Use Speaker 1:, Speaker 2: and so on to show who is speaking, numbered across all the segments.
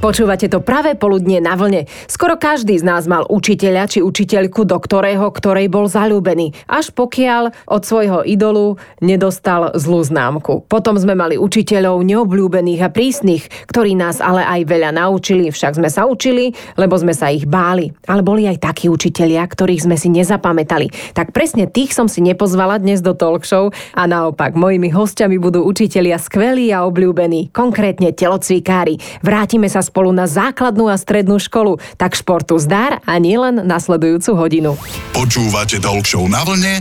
Speaker 1: Počúvate to pravé poludne na vlne. Skoro každý z nás mal učiteľa či učiteľku, do ktorého, ktorej bol zalúbený, až pokiaľ od svojho idolu nedostal zlú známku. Potom sme mali učiteľov neobľúbených a prísnych, ktorí nás ale aj veľa naučili, však sme sa učili, lebo sme sa ich báli. Ale boli aj takí učitelia, ktorých sme si nezapamätali. Tak presne tých som si nepozvala dnes do talk show a naopak mojimi hostiami budú učitelia skvelí a obľúbení, konkrétne telocvikári. Vrátime sa spolu na základnú a strednú školu. Tak športu zdar a nielen nasledujúcu hodinu.
Speaker 2: Počúvate talk show na vlne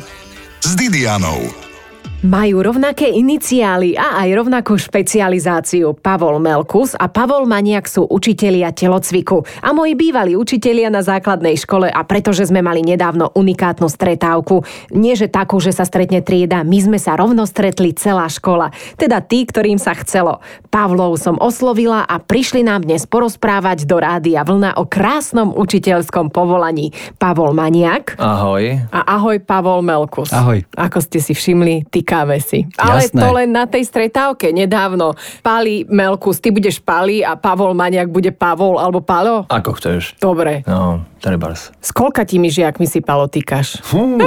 Speaker 2: s Didianou.
Speaker 1: Majú rovnaké iniciály a aj rovnakú špecializáciu. Pavol Melkus a Pavol Maniak sú učitelia telocviku a moji bývalí učitelia na základnej škole a pretože sme mali nedávno unikátnu stretávku, nie že takú, že sa stretne trieda, my sme sa rovno stretli celá škola, teda tí, ktorým sa chcelo. Pavlov som oslovila a prišli nám dnes porozprávať do rádia Vlna o krásnom učiteľskom povolaní. Pavol Maniak
Speaker 3: Ahoj.
Speaker 1: a ahoj Pavol Melkus.
Speaker 3: Ahoj.
Speaker 1: Ako ste si všimli, tykáme si. Ale
Speaker 3: Jasné.
Speaker 1: to len na tej stretávke nedávno. Pali Melkus, ty budeš Pali a Pavol Maniak bude Pavol alebo Palo?
Speaker 3: Ako chceš?
Speaker 1: Dobre.
Speaker 3: No, trebárs.
Speaker 1: S koľkatými žiakmi si Palo tykáš?
Speaker 3: Fú,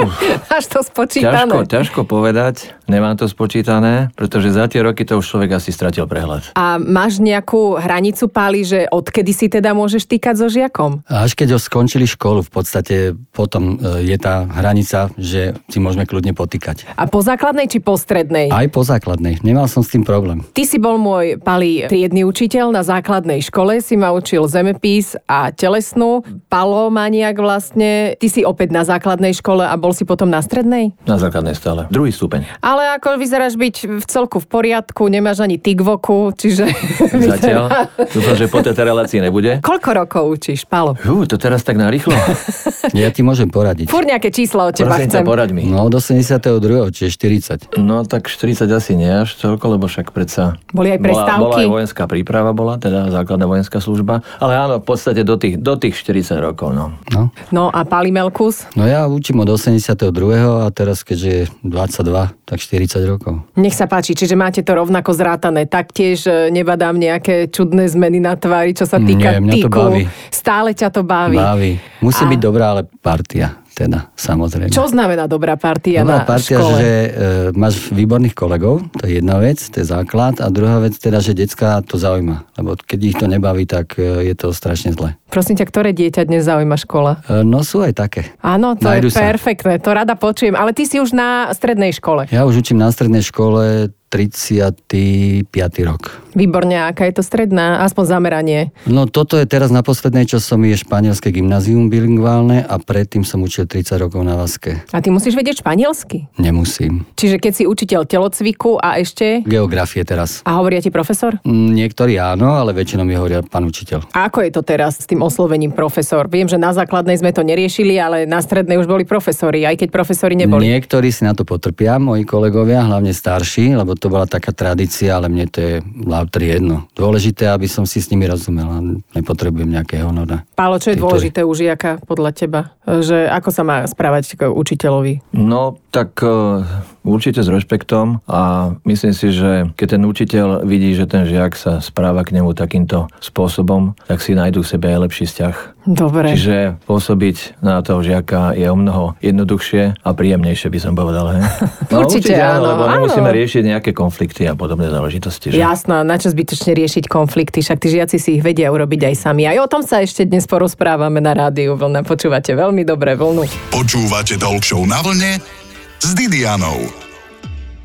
Speaker 1: Až to
Speaker 3: ťažko,
Speaker 1: spočítané.
Speaker 3: ťažko povedať. Nemám to spočítané, pretože za tie roky to už človek asi stratil prehľad.
Speaker 1: A máš nejakú hranicu, Pali, že odkedy si teda môžeš týkať so žiakom?
Speaker 4: A Až keď ho skončili školu, v podstate potom e, je tá hranica, že si môžeme kľudne potýkať.
Speaker 1: A po základnej či po strednej?
Speaker 4: Aj po základnej. Nemal som s tým problém.
Speaker 1: Ty si bol môj palý triedny učiteľ na základnej škole, si ma učil zemepis a telesnú, palomaniak vlastne. Ty si opäť na základnej škole a bol si potom na strednej?
Speaker 3: Na základnej stále. Druhý stupeň.
Speaker 1: Ale ako vyzeráš byť v celku v poriadku, nemáš ani ty k voku, čiže...
Speaker 3: Zatiaľ. Dúfam, že po tejto relácii nebude.
Speaker 1: Koľko rokov učíš, Palo?
Speaker 3: Hú, to teraz tak narýchlo.
Speaker 4: Ja ti môžem poradiť.
Speaker 1: Fúr nejaké čísla od teba
Speaker 3: Prosím ťa,
Speaker 1: chcem.
Speaker 3: poraď mi.
Speaker 4: No od 82. čiže 40.
Speaker 3: No tak 40 asi nie až toľko, lebo však predsa...
Speaker 1: Boli aj prestávky?
Speaker 3: Bola, bola aj vojenská príprava, bola teda základná vojenská služba. Ale áno, v podstate do tých, do tých 40 rokov, no.
Speaker 4: No.
Speaker 1: No a Pali Melkus,
Speaker 4: no ja učím od 82. a teraz keďže je 22, tak 40 rokov.
Speaker 1: nech sa páči, čiže máte to rovnako zrátané. Taktiež e, nebadám nejaké čudné zmeny na tvári, čo sa týka
Speaker 4: Nie, mňa to
Speaker 1: tyku.
Speaker 4: baví.
Speaker 1: Stále ťa to baví.
Speaker 4: Baví. Musí
Speaker 1: A-
Speaker 4: a... byť dobrá, ale partia. Teda, samozrejme.
Speaker 1: Čo znamená dobrá partia
Speaker 4: Dobrá
Speaker 1: na škole?
Speaker 4: že e, máš výborných kolegov, to je jedna vec, to je základ. A druhá vec teda, že decka to zaujíma. Lebo keď ich to nebaví, tak e, je to strašne zle.
Speaker 1: Prosím ťa, ktoré dieťa dnes zaujíma škola?
Speaker 4: E, no sú aj také.
Speaker 1: Áno, to
Speaker 4: Nájdu
Speaker 1: je
Speaker 4: sa.
Speaker 1: perfektné, to rada počujem. Ale ty si už na strednej škole.
Speaker 4: Ja už učím na strednej škole 35. rok.
Speaker 1: Výborne, aká je to stredná, aspoň zameranie.
Speaker 4: No toto je teraz na poslednej, čo som je španielské gymnázium bilingválne a predtým som učil 30 rokov na Vaske.
Speaker 1: A ty musíš vedieť španielsky.
Speaker 4: Nemusím.
Speaker 1: Čiže keď si učiteľ telocviku a ešte...
Speaker 4: Geografie teraz.
Speaker 1: A hovoria ti profesor?
Speaker 4: Mm, Niektorí áno, ale väčšinou mi hovoria pán učiteľ.
Speaker 1: A ako je to teraz s tým oslovením profesor? Viem, že na základnej sme to neriešili, ale na strednej už boli profesori, aj keď profesori neboli.
Speaker 4: Niektorí si na to potrpia, moji kolegovia, hlavne starší, lebo to bola taká tradícia, ale mne to je lautri jedno. Dôležité, aby som si s nimi rozumel a nepotrebujem nejaké honora.
Speaker 1: Pálo, čo je
Speaker 4: Titulí.
Speaker 1: dôležité u žiaka podľa teba? Že ako sa má správať k učiteľovi?
Speaker 3: No, tak e, určite s rešpektom a myslím si, že keď ten učiteľ vidí, že ten žiak sa správa k nemu takýmto spôsobom, tak si nájdú v sebe aj lepší vzťah.
Speaker 1: Dobre.
Speaker 3: Čiže pôsobiť na toho žiaka je o mnoho jednoduchšie a príjemnejšie, by som povedal. He? No,
Speaker 1: Určite áno,
Speaker 3: lebo
Speaker 1: áno.
Speaker 3: nemusíme riešiť nejaké konflikty a podobné záležitosti. Že?
Speaker 1: Jasná, na čo zbytočne riešiť konflikty, však tí žiaci si ich vedia urobiť aj sami. Aj o tom sa ešte dnes porozprávame na rádiu Vlna. Počúvate veľmi dobré vlnu.
Speaker 2: Počúvate talk show na vlne s Didianou.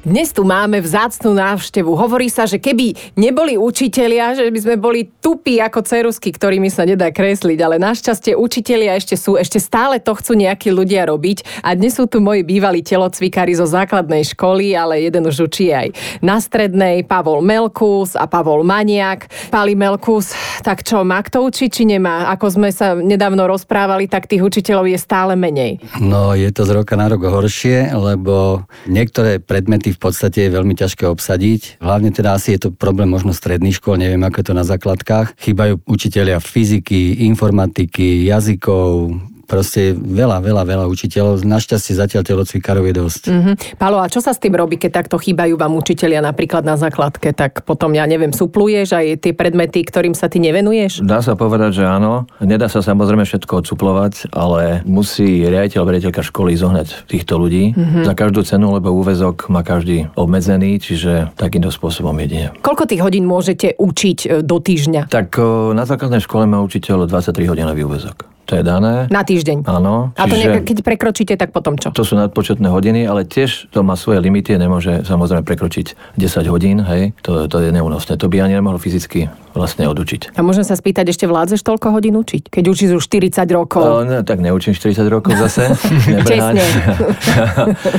Speaker 1: Dnes tu máme vzácnú návštevu. Hovorí sa, že keby neboli učitelia, že by sme boli tupí ako cerusky, ktorými sa nedá kresliť, ale našťastie učitelia ešte sú, ešte stále to chcú nejakí ľudia robiť. A dnes sú tu moji bývalí telocvikári zo základnej školy, ale jeden už učí aj na strednej, Pavol Melkus a Pavol Maniak. Pali Melkus, tak čo, má kto učiť, či nemá? Ako sme sa nedávno rozprávali, tak tých učiteľov je stále menej.
Speaker 4: No, je to z roka na rok horšie, lebo niektoré predmety v podstate je veľmi ťažké obsadiť. Hlavne teda asi je to problém možno stredných škôl, neviem ako je to na základkách. Chýbajú učitelia fyziky, informatiky, jazykov, Proste veľa, veľa, veľa učiteľov. Našťastie zatiaľ telocvikárov je dosť.
Speaker 1: Mm-hmm. Palo, a čo sa s tým robí, keď takto chýbajú vám učitelia napríklad na základke? Tak potom, ja neviem, supluješ aj tie predmety, ktorým sa ty nevenuješ?
Speaker 3: Dá sa povedať, že áno. Nedá sa samozrejme všetko odsuplovať, ale musí riaditeľ, riaditeľka školy zohnať týchto ľudí
Speaker 1: Mhm.
Speaker 3: mm-hmm. za každú cenu, lebo úvezok má každý obmedzený, čiže takýmto spôsobom jedine.
Speaker 1: Koľko tých hodín môžete učiť e, do týždňa?
Speaker 3: Tak o, na základnej škole má učiteľ 23 hodinový úvezok. To je dané.
Speaker 1: Na týždeň?
Speaker 3: Áno.
Speaker 1: A to ne, keď prekročíte, tak potom čo?
Speaker 3: To sú nadpočetné hodiny, ale tiež to má svoje limity, nemôže samozrejme prekročiť 10 hodín, hej, to, to je neúnosné. To by ani nemohol fyzicky vlastne odučiť.
Speaker 1: A môžem sa spýtať, ešte vládzeš toľko hodín učiť? Keď učíš už 40 rokov.
Speaker 3: O, no, tak neučím 40 rokov zase. nebrať.
Speaker 1: Tesne.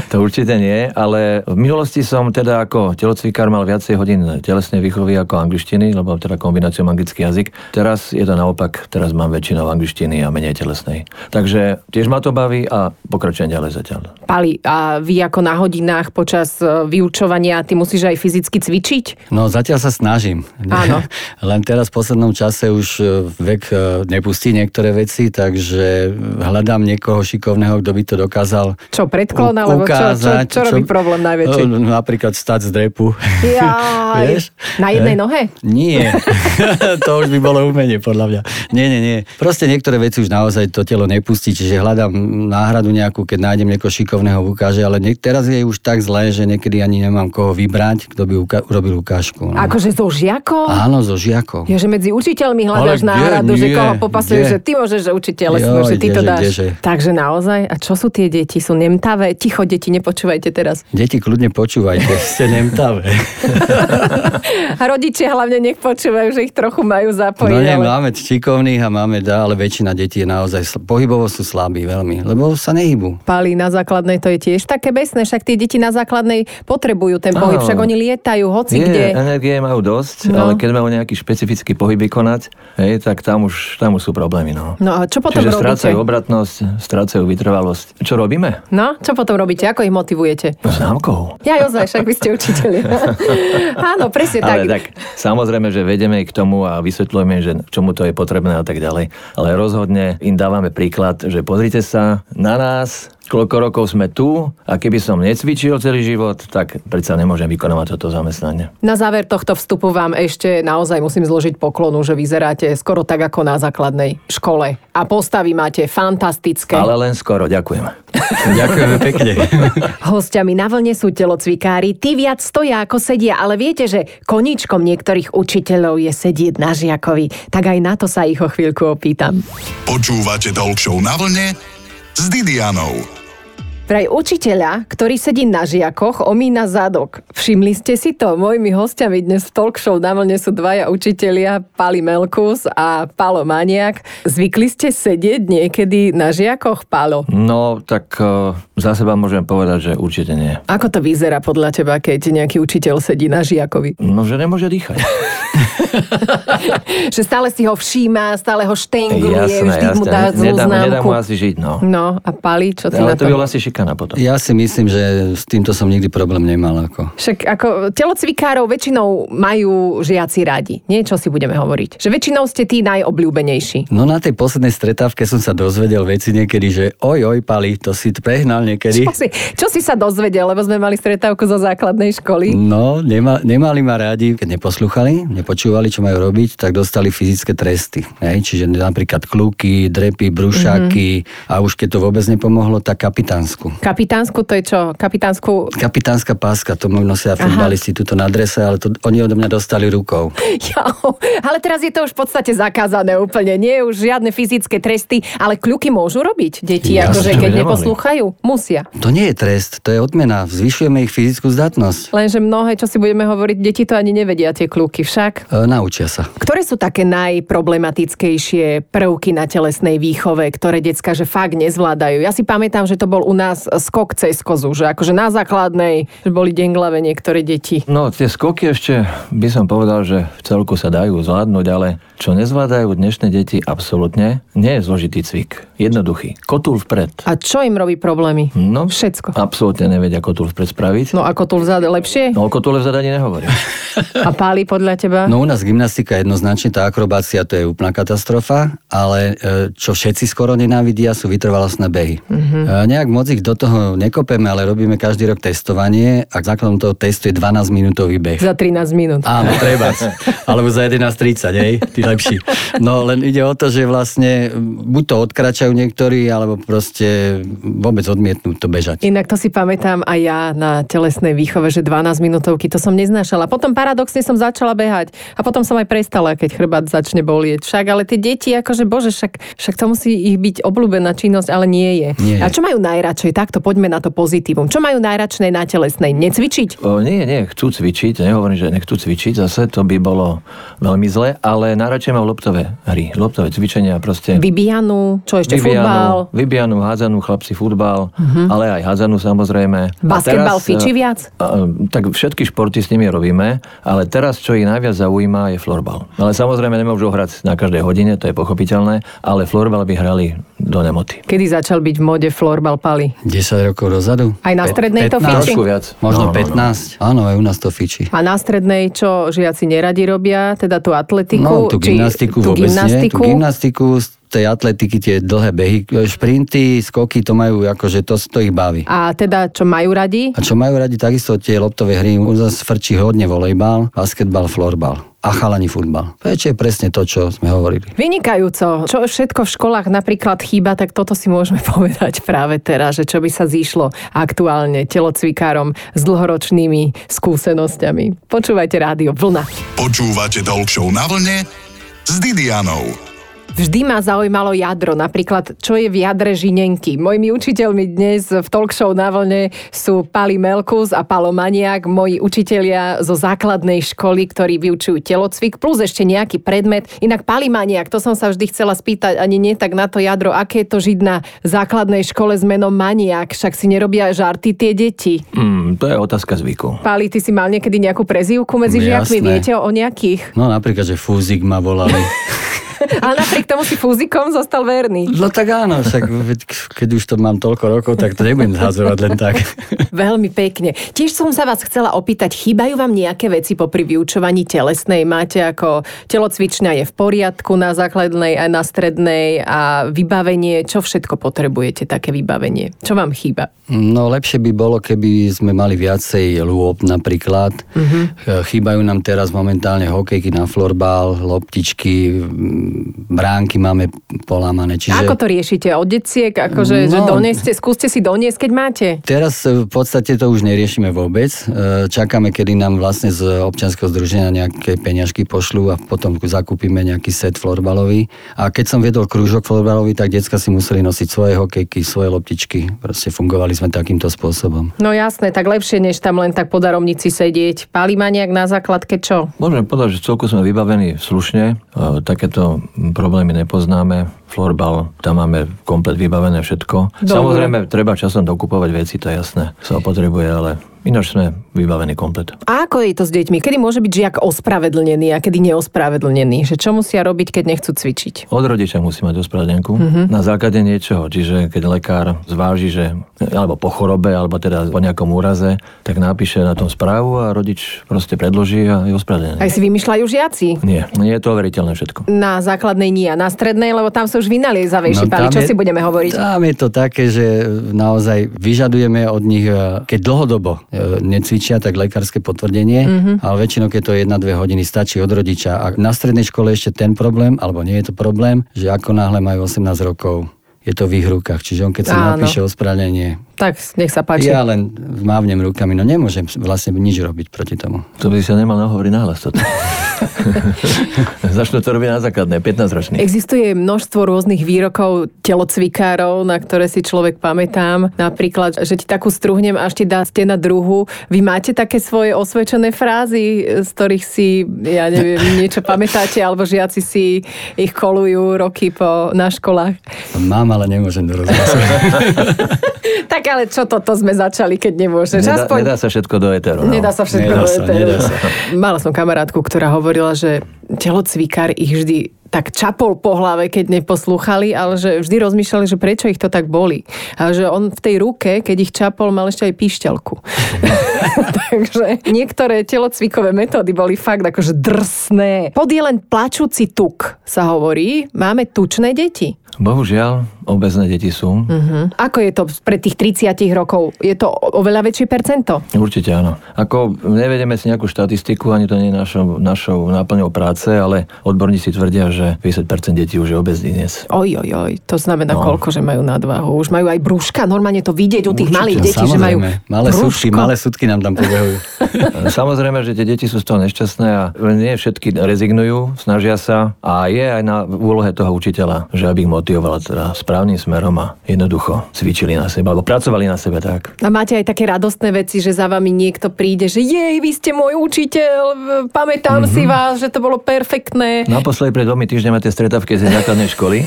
Speaker 3: to určite nie, ale v minulosti som teda ako telocvikár mal viacej hodín telesnej výchovy ako angličtiny, lebo teda kombináciou anglický jazyk. Teraz je to naopak, teraz mám väčšinou angličtiny a menej telesnej. Takže tiež ma to baví a pokračujem ďalej zatiaľ.
Speaker 1: Pali, a vy ako na hodinách počas e, vyučovania, ty musíš aj fyzicky cvičiť?
Speaker 4: No zatiaľ sa snažím.
Speaker 1: Áno.
Speaker 4: Len teraz v poslednom čase už e, vek e, nepustí niektoré veci, takže hľadám niekoho šikovného, kto by to dokázal
Speaker 1: Čo, predklon,
Speaker 4: u-
Speaker 1: alebo čo- čo- čo robí problém najväčší?
Speaker 4: No, Napríklad stať z drepu.
Speaker 1: Jaj.
Speaker 4: Vieš?
Speaker 1: Na jednej
Speaker 4: Hej.
Speaker 1: nohe?
Speaker 4: Nie, to už by bolo umenie podľa mňa. Nie, nie, nie. Proste niektoré veci už naozaj to telo nepustí, čiže hľadám náhradu nejakú, keď nájdem niekoho šikovného ukáže, ale niek- teraz je už tak zle, že niekedy ani nemám koho vybrať, kto by uka- urobil ukážku. No.
Speaker 1: Akože so žiakom?
Speaker 4: Áno, so žiakov.
Speaker 1: Ja, že medzi učiteľmi hľadáš
Speaker 4: Ale kde?
Speaker 1: náhradu, že
Speaker 4: Nie,
Speaker 1: koho popasuješ,
Speaker 4: kde?
Speaker 1: že ty môžeš, že učiteľ, no,
Speaker 4: Joj,
Speaker 1: že ty to
Speaker 4: kdeže,
Speaker 1: dáš.
Speaker 4: kdeže.
Speaker 1: Takže naozaj, a čo sú tie deti? Sú nemtavé? Ticho, deti, nepočúvajte teraz.
Speaker 4: Deti, kľudne počúvajte, ste nemtavé.
Speaker 1: A rodičia hlavne nech počúvajú, že ich trochu majú zapojiť.
Speaker 4: No nie,
Speaker 1: ale-
Speaker 4: máme šikovných a máme dá, ale väčšina detí je naozaj, sl- pohybovo sú slabí veľmi, lebo sa nehybu.
Speaker 1: Pali na základnej, to je tiež také besné, však tie deti na základnej potrebujú ten pohyb,
Speaker 3: Áno. eh.
Speaker 1: však oni lietajú, hoci
Speaker 3: Je,
Speaker 1: kde.
Speaker 3: energie majú dosť,
Speaker 1: No.
Speaker 3: ale keď majú nejaký špecifický pohyb vykonať, hej, tak tam už, tam už sú problémy. No.
Speaker 1: No a čo potom
Speaker 3: Čiže
Speaker 1: robíte?
Speaker 3: strácajú obratnosť, strácajú vytrvalosť. Čo robíme?
Speaker 1: No, čo potom robíte? Ako ich motivujete?
Speaker 3: No, Známkou.
Speaker 1: Ja ozaj, však vy ste učiteľi. Áno, presne tak.
Speaker 3: Ale tak, samozrejme, že vedeme ich k tomu a vysvetľujeme, im, že k čomu to je potrebné a tak ďalej. Ale rozhodne im dávame príklad, že pozrite sa na nás, koľko rokov sme tu a keby som necvičil celý život, tak predsa nemôžem vykonávať toto zamestnanie.
Speaker 1: Na záver tohto vstupu vám ešte naozaj musím zložiť poklonu, že vyzeráte skoro tak ako na základnej škole. A postavy máte fantastické.
Speaker 3: Ale len skoro, ďakujem.
Speaker 4: Ďakujeme pekne.
Speaker 1: Hostiami na vlne sú telocvikári, tí viac stoja ako sedia, ale viete, že koničkom niektorých učiteľov je sedieť na žiakovi. Tak aj na to sa ich o chvíľku opýtam.
Speaker 2: Počúvate Talk Show na vlne s Didianou.
Speaker 1: Pre učiteľa, ktorý sedí na žiakoch, omína zadok. Všimli ste si to? Mojimi hostiami dnes v talk show na vlne sú dvaja učitelia, Pali Melkus a Palo Maniak. Zvykli ste sedieť niekedy na žiakoch, Palo?
Speaker 3: No, tak eh, za seba môžem povedať, že určite nie.
Speaker 1: Ako to vyzerá podľa teba, keď nejaký učiteľ sedí na žiakovi?
Speaker 3: No, že nemôže dýchať.
Speaker 1: Že stále si ho všíma, stále ho štengluje,
Speaker 3: jasné,
Speaker 1: vždy mu dá
Speaker 3: jasné.
Speaker 1: zlú
Speaker 3: Nedá, nedá
Speaker 1: známku.
Speaker 3: mu asi žiť, no.
Speaker 1: No a Pali, čo ty na
Speaker 3: Ale to
Speaker 1: to?
Speaker 3: by bola asi šikana potom.
Speaker 4: Ja si myslím, že s týmto som nikdy problém nemal. Ako.
Speaker 1: Však ako telocvikárov väčšinou majú žiaci radi. Niečo si budeme hovoriť. Že väčšinou ste tí najobľúbenejší.
Speaker 4: No na tej poslednej stretávke som sa dozvedel veci niekedy, že oj, oj, Pali, to si t- prehnal niekedy.
Speaker 1: Čo si, čo si sa dozvedel, lebo sme mali stretávku zo základnej školy?
Speaker 4: No, nema, nemali ma rádi, keď neposlúchali, nepočúvali, čo majú robiť, tak dostali fyzické tresty. Hej? Čiže napríklad kľúky, drepy, brušáky mm-hmm. a už keď to vôbec nepomohlo, tak kapitánsku.
Speaker 1: Kapitánsku to je čo? Kapitánsku...
Speaker 4: Kapitánska páska, to môj nosia futbalisti tuto na drese, ale to, oni odo mňa dostali rukou.
Speaker 1: Jau, ale teraz je to už v podstate zakázané úplne. Nie už žiadne fyzické tresty, ale kľuky môžu robiť deti,
Speaker 4: Jasne,
Speaker 1: akože
Speaker 3: čo by
Speaker 1: keď
Speaker 3: nemali.
Speaker 1: neposlúchajú. Musia.
Speaker 4: To nie je trest, to je odmena. Zvyšujeme ich fyzickú zdatnosť.
Speaker 1: Lenže mnohé, čo si budeme hovoriť, deti to ani nevedia, tie kľúky však.
Speaker 4: E, naučia sa.
Speaker 1: Ktoré sú také najproblematickejšie prvky na telesnej výchove, ktoré decka že fakt nezvládajú? Ja si pamätám, že to bol u nás nás skok cez kozu, že akože na základnej že boli denglave niektoré deti.
Speaker 3: No, tie skoky ešte by som povedal, že v celku sa dajú zvládnuť, ale čo nezvládajú dnešné deti absolútne, nie je zložitý cvik. Jednoduchý. Kotul vpred.
Speaker 1: A čo im robí problémy?
Speaker 3: No,
Speaker 1: Všetko.
Speaker 3: absolútne nevedia kotul vpred spraviť.
Speaker 1: No ako tu vzad lepšie?
Speaker 3: No, o kotule v zadaní nehovorím.
Speaker 1: A páli podľa teba?
Speaker 4: No u nás gymnastika jednoznačne, tá akrobácia to je úplná katastrofa, ale e, čo všetci skoro nenávidia sú vytrvalostné behy.
Speaker 1: Mhm.
Speaker 4: E, Nejak moc ich do toho nekopeme, ale robíme každý rok testovanie a základom toho testu je 12-minútový beh.
Speaker 1: Za 13 minút.
Speaker 4: Áno, treba. Alebo za 11.30, hej, tí lepší. No len ide o to, že vlastne buď to odkračajú niektorí, alebo proste vôbec odmietnú to bežať.
Speaker 1: Inak to si pamätám aj ja na telesnej výchove, že 12 minútovky, to som neznášala. Potom paradoxne som začala behať a potom som aj prestala, keď chrbát začne bolieť. Však, ale tie deti, akože bože, však, však to musí ich byť obľúbená činnosť, ale nie je.
Speaker 4: Nie je.
Speaker 1: A čo majú najradšej? Takto poďme na to pozitívum. Čo majú najradšej na telesnej? Necvičiť?
Speaker 3: O, nie, nie, chcú cvičiť, nehovorím, že nechcú cvičiť, zase to by bolo veľmi zle, ale najradšej mám loptové hry, loptové cvičenia proste.
Speaker 1: Vybijanú? Čo ešte? Futbal? Mhm.
Speaker 3: vybijanú, hádzanú, chlapci futbal, uh-huh. ale aj hádzanú samozrejme. A
Speaker 1: Basketbal
Speaker 3: teraz,
Speaker 1: fiči
Speaker 3: e,
Speaker 1: viac?
Speaker 3: A, e, tak všetky športy s nimi robíme, ale teraz, čo ich najviac zaujíma, je florbal. Ale samozrejme nemôžu hrať na každej hodine, to je pochopiteľné, ale florbal by hrali do nemoty.
Speaker 1: Kedy začal byť v mode florbal pali?
Speaker 4: 10 rokov dozadu?
Speaker 1: Aj na
Speaker 4: Pe-
Speaker 1: strednej to
Speaker 4: 15?
Speaker 1: fiči?
Speaker 3: Trošku viac.
Speaker 4: Možno
Speaker 3: No, no, no.
Speaker 4: 15. Áno, aj u nás to fičí.
Speaker 1: A na strednej, čo žiaci neradi robia, teda tú atletiku?
Speaker 4: No, tú
Speaker 1: či
Speaker 4: gymnastiku
Speaker 1: tú
Speaker 4: vôbec nie. Tú
Speaker 1: gymnastiku.
Speaker 4: gymnastiku, z tej atletiky, tie dlhé behy, e, šprinty, skoky, to majú akože, to, to ich baví.
Speaker 1: A teda, čo majú radi?
Speaker 4: A čo majú radi takisto tie loptové hry, u nás frčí hodne volejbal, basketbal, florbal a chalani futbal. To je čo je presne to, čo sme hovorili.
Speaker 1: Vynikajúco. Čo všetko v školách napríklad chýba, tak toto si môžeme povedať práve teraz, že čo by sa zíšlo aktuálne telocvikárom s dlhoročnými skúsenosťami. Počúvajte rádio Vlna.
Speaker 2: Počúvate Talk Show na vlne s Didianou.
Speaker 1: Vždy ma zaujímalo jadro, napríklad čo je v jadre žinenky. Mojimi učiteľmi dnes v talk show na vlne sú Pali Melkus a Palo Maniak, moji učitelia zo základnej školy, ktorí vyučujú telocvik, plus ešte nejaký predmet. Inak Pali Maniak, to som sa vždy chcela spýtať, ani nie tak na to jadro, aké je to žiť na základnej škole s menom Maniak, však si nerobia žarty tie deti.
Speaker 3: Hmm, to je otázka zvyku.
Speaker 1: Pali, ty si mal niekedy nejakú prezývku medzi
Speaker 4: No,
Speaker 1: žiakmi,
Speaker 4: jasné.
Speaker 1: viete o nejakých.
Speaker 4: No napríklad, že fúzik ma volali.
Speaker 1: A napriek tomu si fúzikom zostal verný.
Speaker 4: No tak áno, však veď keď už to mám toľko rokov, tak to nebudem zhazovať len tak.
Speaker 1: Veľmi pekne. Tiež som sa vás chcela opýtať, chýbajú vám nejaké veci popri vyučovaní telesnej? Máte ako telocvičňa je v poriadku na základnej aj na strednej a vybavenie, čo všetko potrebujete také vybavenie? Čo vám chýba?
Speaker 4: No lepšie by bolo, keby sme mali viacej lôb napríklad.
Speaker 1: Mhm.
Speaker 4: Uh-huh. Chýbajú nám teraz momentálne hokejky na florbal, loptičky, mm, bránky máme polámané. Čiže...
Speaker 1: Čiže... Ako to riešite? Od deciek? Akože, no... že
Speaker 4: No.
Speaker 1: doneste, skúste si doniesť, keď máte?
Speaker 4: Teraz e, v podstate to už neriešime vôbec. E, Čakáme, kedy nám vlastne z občianskeho združenia nejaké peňažky pošlú a potom zakúpime nejaký set florbalový. A keď som viedol krúžok florbalový, tak decka si museli nosiť svoje hokejky, svoje loptičky. Proste fungovali sme takýmto spôsobom.
Speaker 1: No jasné, tak lepšie, než tam len tak po daromnici sedieť. Pali ma nejak na základke, čo?
Speaker 3: Môžem povedať, že celku sme vybavení slušne, e, takéto problémy nepoznáme. Florbal, tam máme komplet vybavené všetko.
Speaker 1: Dobre.
Speaker 3: Samozrejme, treba časom dokupovať veci, to je jasné, sa potrebuje, ale ináč sme vybavení komplet.
Speaker 1: A ako je to s deťmi? Kedy môže byť žiak ospravedlnený a kedy neospravedlnený? Že čo musia robiť, keď nechcú cvičiť?
Speaker 3: Od rodiča musí mať ospravedlnenku
Speaker 1: Mhm.
Speaker 3: mm-hmm. na základe niečoho. Čiže keď lekár zváži, že alebo po chorobe, alebo teda po nejakom úraze, tak napíše na tom správu a rodič proste predloží a je ospravedlnený.
Speaker 1: Aj si vymýšľajú žiaci.
Speaker 3: Nie, nie je to overiteľné všetko.
Speaker 1: Na základnej nie a na strednej, lebo tam sú už vynaliezavejší no, pali.
Speaker 4: tam
Speaker 1: Čo
Speaker 4: je-
Speaker 1: si budeme hovoriť?
Speaker 4: Tam je to také, že naozaj vyžadujeme od nich, e, keď dlhodobo e, necvičia, tak lekárske potvrdenie,
Speaker 1: Mhm.
Speaker 4: mm-hmm. ale väčšinou, keď to je 1-2 hodiny, stačí od rodiča. A na strednej škole ešte ten problém, alebo nie je to problém, že ako náhle majú 18 rokov, je to v ich rukách. Čiže on keď sa
Speaker 1: Áno.
Speaker 4: napíše ospravedlnenie,
Speaker 1: Tak nech sa páči.
Speaker 4: ja len mávnem rukami, no nemôžem vlastne nič robiť proti tomu.
Speaker 3: To by sa nemal nahovoriť nahlas toto. Začnú to robiť na základné, 15 ročný.
Speaker 1: Existuje množstvo rôznych výrokov telocvikárov, na ktoré si človek pamätám. Napríklad, že ti takú struhnem, až ti dá stena druhu. Vy máte také svoje osvedčené frázy, z ktorých si, ja neviem, niečo pamätáte, alebo žiaci si ich kolujú roky po, na školách.
Speaker 4: Mám, ale nemôžem do rozhlasu.
Speaker 1: Tak ale čo toto sme začali, keď nemôžeš?
Speaker 3: Nedá, Aspoň... nedá sa všetko do eteru. No.
Speaker 1: Nedá sa všetko
Speaker 4: Nedá
Speaker 1: do
Speaker 4: sa,
Speaker 1: eteru.
Speaker 4: nedá sa.
Speaker 1: Mala som kamarátku, ktorá hovorila, že telocvikár ich vždy tak čapol po hlave, keď neposlúchali, ale že vždy rozmýšľali, že prečo ich to tak boli. A že on v tej ruke, keď ich čapol, mal ešte aj píšťalku. Takže niektoré telocvikové metódy boli fakt akože drsné. Pod je len plačúci tuk, sa hovorí. Máme tučné deti.
Speaker 3: Bohužiaľ, obezné deti sú.
Speaker 1: Mhm. Ako je to pre tých 30 rokov? Je to o- oveľa väčšie percento?
Speaker 3: Určite áno. Ako nevedieme si nejakú štatistiku, ani to nie je našou, našou náplňou práce, ale odborníci tvrdia, že 50% detí už je obezný dnes.
Speaker 1: Oj, oj, oj, to znamená no. koľko, že majú nadváhu. Už majú aj brúška, normálne to vidieť u tých
Speaker 3: Určite,
Speaker 1: malých
Speaker 4: No,
Speaker 1: detí, že majú
Speaker 4: malé
Speaker 1: brúško.
Speaker 4: súdky, malé súdky nám tam pobehujú.
Speaker 3: Samozrejme, že tie deti sú z toho nešťastné a nie všetky rezignujú, snažia sa a je aj na úlohe toho učiteľa, že aby ich motivovala teda správnym smerom a jednoducho cvičili na sebe, alebo pracovali na sebe tak.
Speaker 1: A máte aj také radostné veci, že za vami niekto príde, že jej, vy ste môj učiteľ, v- pamätám mm-hmm. si
Speaker 3: Mhm.
Speaker 1: vás, že to bolo perfektné.
Speaker 3: Naposledy pred dvomi týždňami tie stretávky z základnej školy.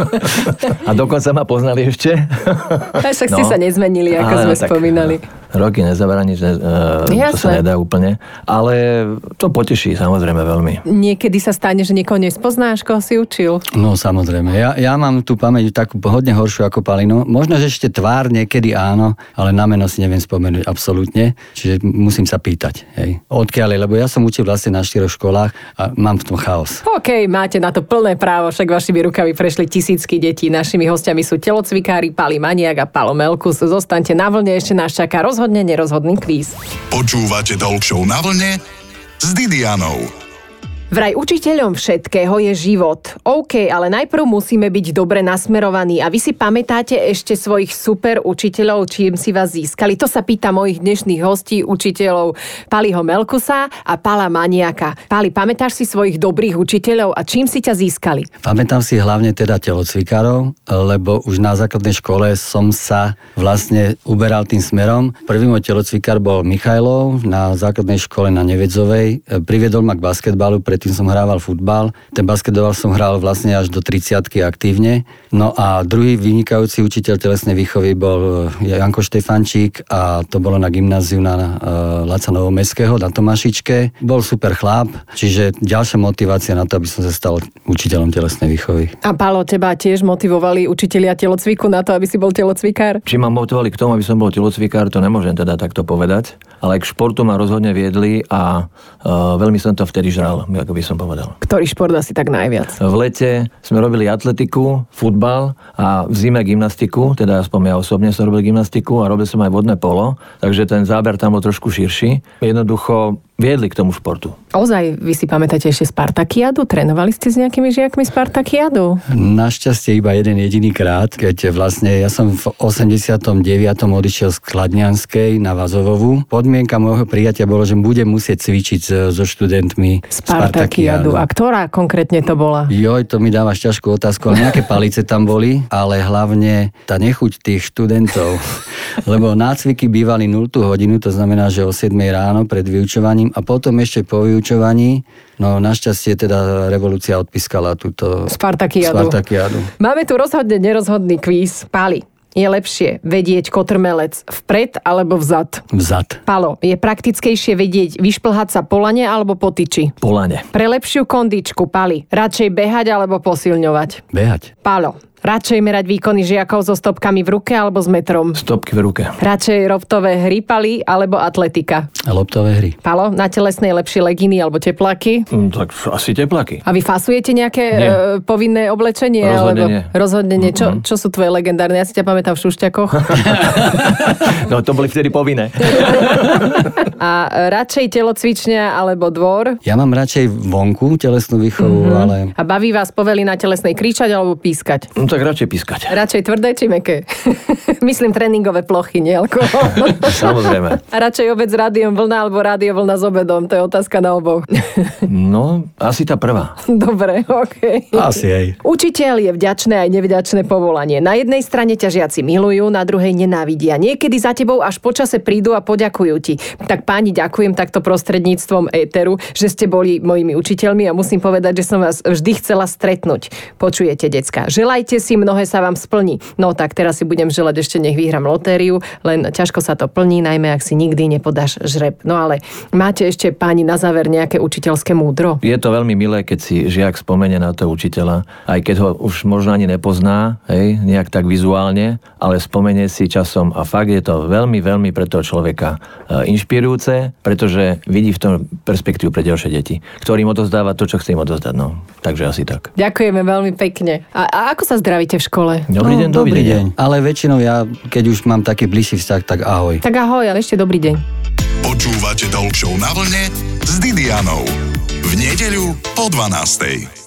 Speaker 3: a dokonca ma poznali ešte.
Speaker 1: Aj však ste sa nezmenili, ako
Speaker 3: No. Ale
Speaker 1: sme
Speaker 3: no tak,
Speaker 1: spomínali.
Speaker 3: Roky nezabráni, že e, to
Speaker 1: Jasné.
Speaker 3: sa nedá úplne. Ale to poteší samozrejme veľmi.
Speaker 1: Niekedy sa stane, že niekoho nespoznáš, koho si učil.
Speaker 4: No samozrejme, ja, ja mám tú pamäť takú hodne horšiu ako Palino. Možno, že ešte tvár niekedy áno, ale na meno si neviem spomenúť absolútne, čiže musím sa pýtať. Hej. Odkiaľ je, lebo ja som učil vlastne na štyroch školách a mám v tom chaos.
Speaker 1: OK, máte na to plné právo, však vašimi rukami prešli tisícky detí. Našimi hostiami sú telocvikári, Pali Maniak a Palo Melkus. Zostaňte na vlne, ešte nás čaká rozhodne nerozhodný kvíz.
Speaker 2: Počúvate Talk Show na vlne s Didianou.
Speaker 1: Vraj učiteľom všetkého je život. OK, ale najprv musíme byť dobre nasmerovaní. A vy si pamätáte ešte svojich super učiteľov, čím si vás získali? To sa pýta mojich dnešných hostí, učiteľov Paliho Melkusa a Pala Maniaka. Pali, pamätáš si svojich dobrých učiteľov a čím si ťa získali?
Speaker 4: Pamätám si hlavne teda telocvikárov, lebo už na základnej škole som sa vlastne uberal tým smerom. Prvý môj telocvikár bol Michajlov na základnej škole na Nevedzovej. E, Priviedol ma k basketbalu, predtým som hrával futbal. Ten basketbal som hral vlastne až do 30 aktívne. No a druhý vynikajúci učiteľ telesnej výchovy bol e, Janko Štefančík a to bolo na gymnáziu na e, Laca Novomestského, na Tomášičke. Bol super chlap, čiže ďalšia motivácia na to, aby som sa stal učiteľom telesnej výchovy.
Speaker 1: A Palo, teba tiež motivovali učitelia telocviku na to, aby si bol telocvikár?
Speaker 3: Či ma motivovali k tomu, aby som bol telocvikár, to nemôžem teda takto povedať, ale k športu ma rozhodne viedli a e, veľmi som to vtedy žral, ako by som povedal.
Speaker 1: Ktorý šport asi tak najviac?
Speaker 3: V lete sme robili atletiku, futbal a v zime gymnastiku, teda aspoň ja osobne som robil gymnastiku a robil som aj vodné polo, takže ten záber tam bol trošku širší. Jednoducho viedli k tomu športu.
Speaker 1: Ozaj, vy si pamätáte ešte Spartakiadu? Trénovali ste s nejakými žiakmi Spartakiadu?
Speaker 4: Našťastie iba jeden jediný krát, keď vlastne ja som v 89. odišiel z Kladňanskej na Vazovovú. Podmienka môjho prijatia bolo, že budem musieť cvičiť s- so študentmi
Speaker 1: Spartakiadu.
Speaker 4: Spartakiádu.
Speaker 1: A ktorá konkrétne to bola?
Speaker 4: Joj, to mi dávaš ťažkú otázku. Ale nejaké palice tam boli, ale hlavne tá nechuť tých študentov. Lebo nácviky bývali 0 hodinu, to znamená, že o 7 ráno pred vyučovaním a potom ešte po vyučovaní. No našťastie teda revolúcia odpískala túto
Speaker 1: Spartakiadu.
Speaker 4: Spartakiadu.
Speaker 1: Máme tu rozhodne nerozhodný kvíz. Pali, je lepšie vedieť kotrmelec vpred alebo vzad?
Speaker 4: Vzad.
Speaker 1: Palo, je praktickejšie vedieť vyšplhať sa polane alebo potiči?
Speaker 3: Polane.
Speaker 1: Pre lepšiu kondičku, Pali, radšej behať alebo posilňovať?
Speaker 4: Behať.
Speaker 1: Palo, radšej merať výkony žiakov so stopkami v ruke alebo s metrom?
Speaker 3: Stopky v ruke.
Speaker 1: Radšej roptové hry, Pali, alebo atletika?
Speaker 4: A loptové hry.
Speaker 1: Palo, na telesnej lepšie leginy alebo tepláky?
Speaker 3: Mm, tak asi teplaky.
Speaker 1: A vy fasujete nejaké e,
Speaker 3: Nie.
Speaker 1: povinné oblečenie?
Speaker 3: Rozhodne
Speaker 1: alebo
Speaker 3: nie. Mhm.
Speaker 1: Rozhodne nie. Čo, čo sú tvoje legendárne? Ja si ťa pamätám v Šušťakoch.
Speaker 3: No to boli vtedy povinné.
Speaker 1: A e, radšej telocvičňa alebo dvor?
Speaker 4: Ja mám radšej vonku telesnú výchovu, mm-hmm. ale
Speaker 1: A baví vás poveli na telesnej kričať alebo pískať?
Speaker 3: No tak radšej pískať.
Speaker 1: Radšej tvrdé či meké? Myslím tréningové plochy, nie alkohol.
Speaker 3: Samozrejme.
Speaker 1: A radšej obec s rádiom vlna alebo rádio vlna s obedom? To je otázka na oboch.
Speaker 3: No, asi tá prvá.
Speaker 1: Dobre, okej.
Speaker 4: asi aj.
Speaker 1: Učiteľ je vďačné aj nevďačné povolanie. Na jednej strane ťa žiaci milujú, na druhej nenávidia. Niekedy za tebou až počase prídu a poďakujú ti. Tak páni, ďakujem takto prostredníctvom éteru, že ste boli mojimi učiteľmi a musím povedať, že som vás vždy chcela stretnúť. Počujete, decka. Želajte si, mnohé sa vám splní. No tak teraz si budem želať ešte nech vyhrám lotériu, len ťažko sa to plní, najmä ak si nikdy nepodáš žreb. No ale máte ešte páni na záver nejaké učiteľské múdro?
Speaker 3: Je to veľmi milé, keď si žiak spomene na to učiteľa, aj keď ho už možno ani nepozná, hej, nejak tak vizuálne, ale spomene si časom a fakt je to veľmi, veľmi pre toho človeka e, inšpirujúce, pretože vidí v tom perspektívu pre ďalšie deti, ktorým odozdáva to, čo chce im odozdať. No. Takže asi tak.
Speaker 1: Ďakujeme veľmi pekne. A, a ako sa zdravíte v škole?
Speaker 3: Dobrý deň,
Speaker 4: No, dobrý
Speaker 3: dovidenia.
Speaker 4: deň. Ale väčšinou ja, keď už mám taký bližší vzťah, tak ahoj.
Speaker 1: Tak ahoj, ale ešte dobrý deň.
Speaker 2: Počúvate Talk Show na vlne s Didianou. V nedeľu po 12.